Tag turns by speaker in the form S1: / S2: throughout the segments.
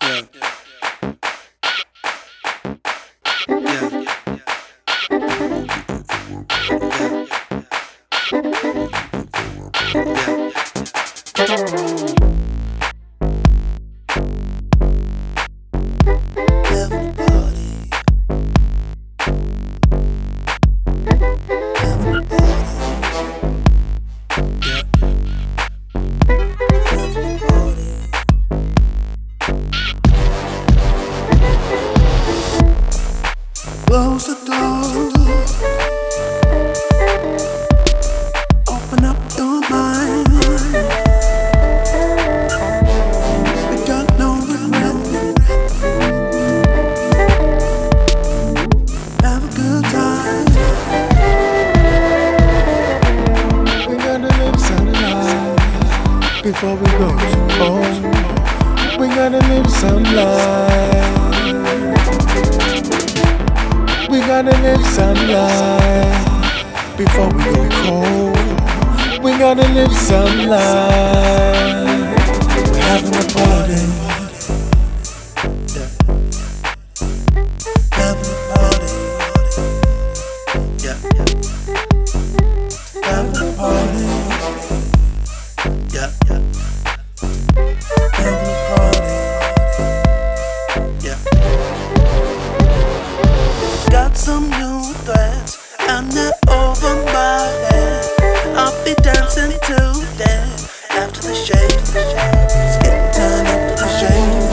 S1: yeah. Yeah. Yeah. Yeah.
S2: Close the door. Open up your mind. We got no regret. Have a good time. We gotta live some life before we go too old. We gotta live some life. We gotta live some life before we go cold. We gotta live some life. Having a party. Yeah. Having a party. Yeah. Having a party. Yeah. Having a party. Yeah got some new threats. I'm not over my head. I'll be dancing till then. After the shake, skip time after the shake,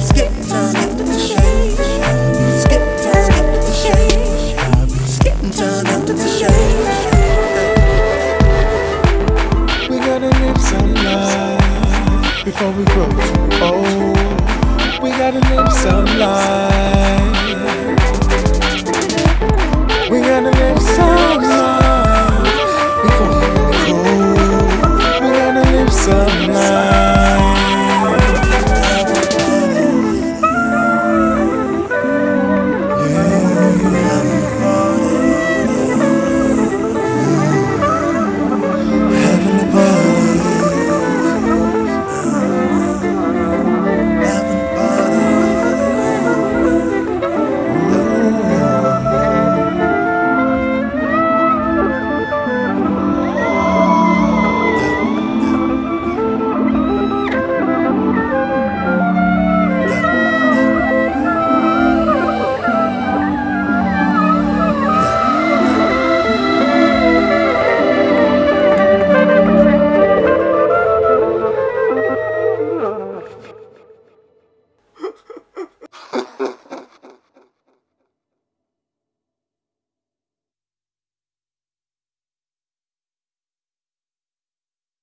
S2: skip time after the shake, skip time after the shake, skip time after the shake. We gotta live some life before we grow too old. We gotta live some life. We gotta live some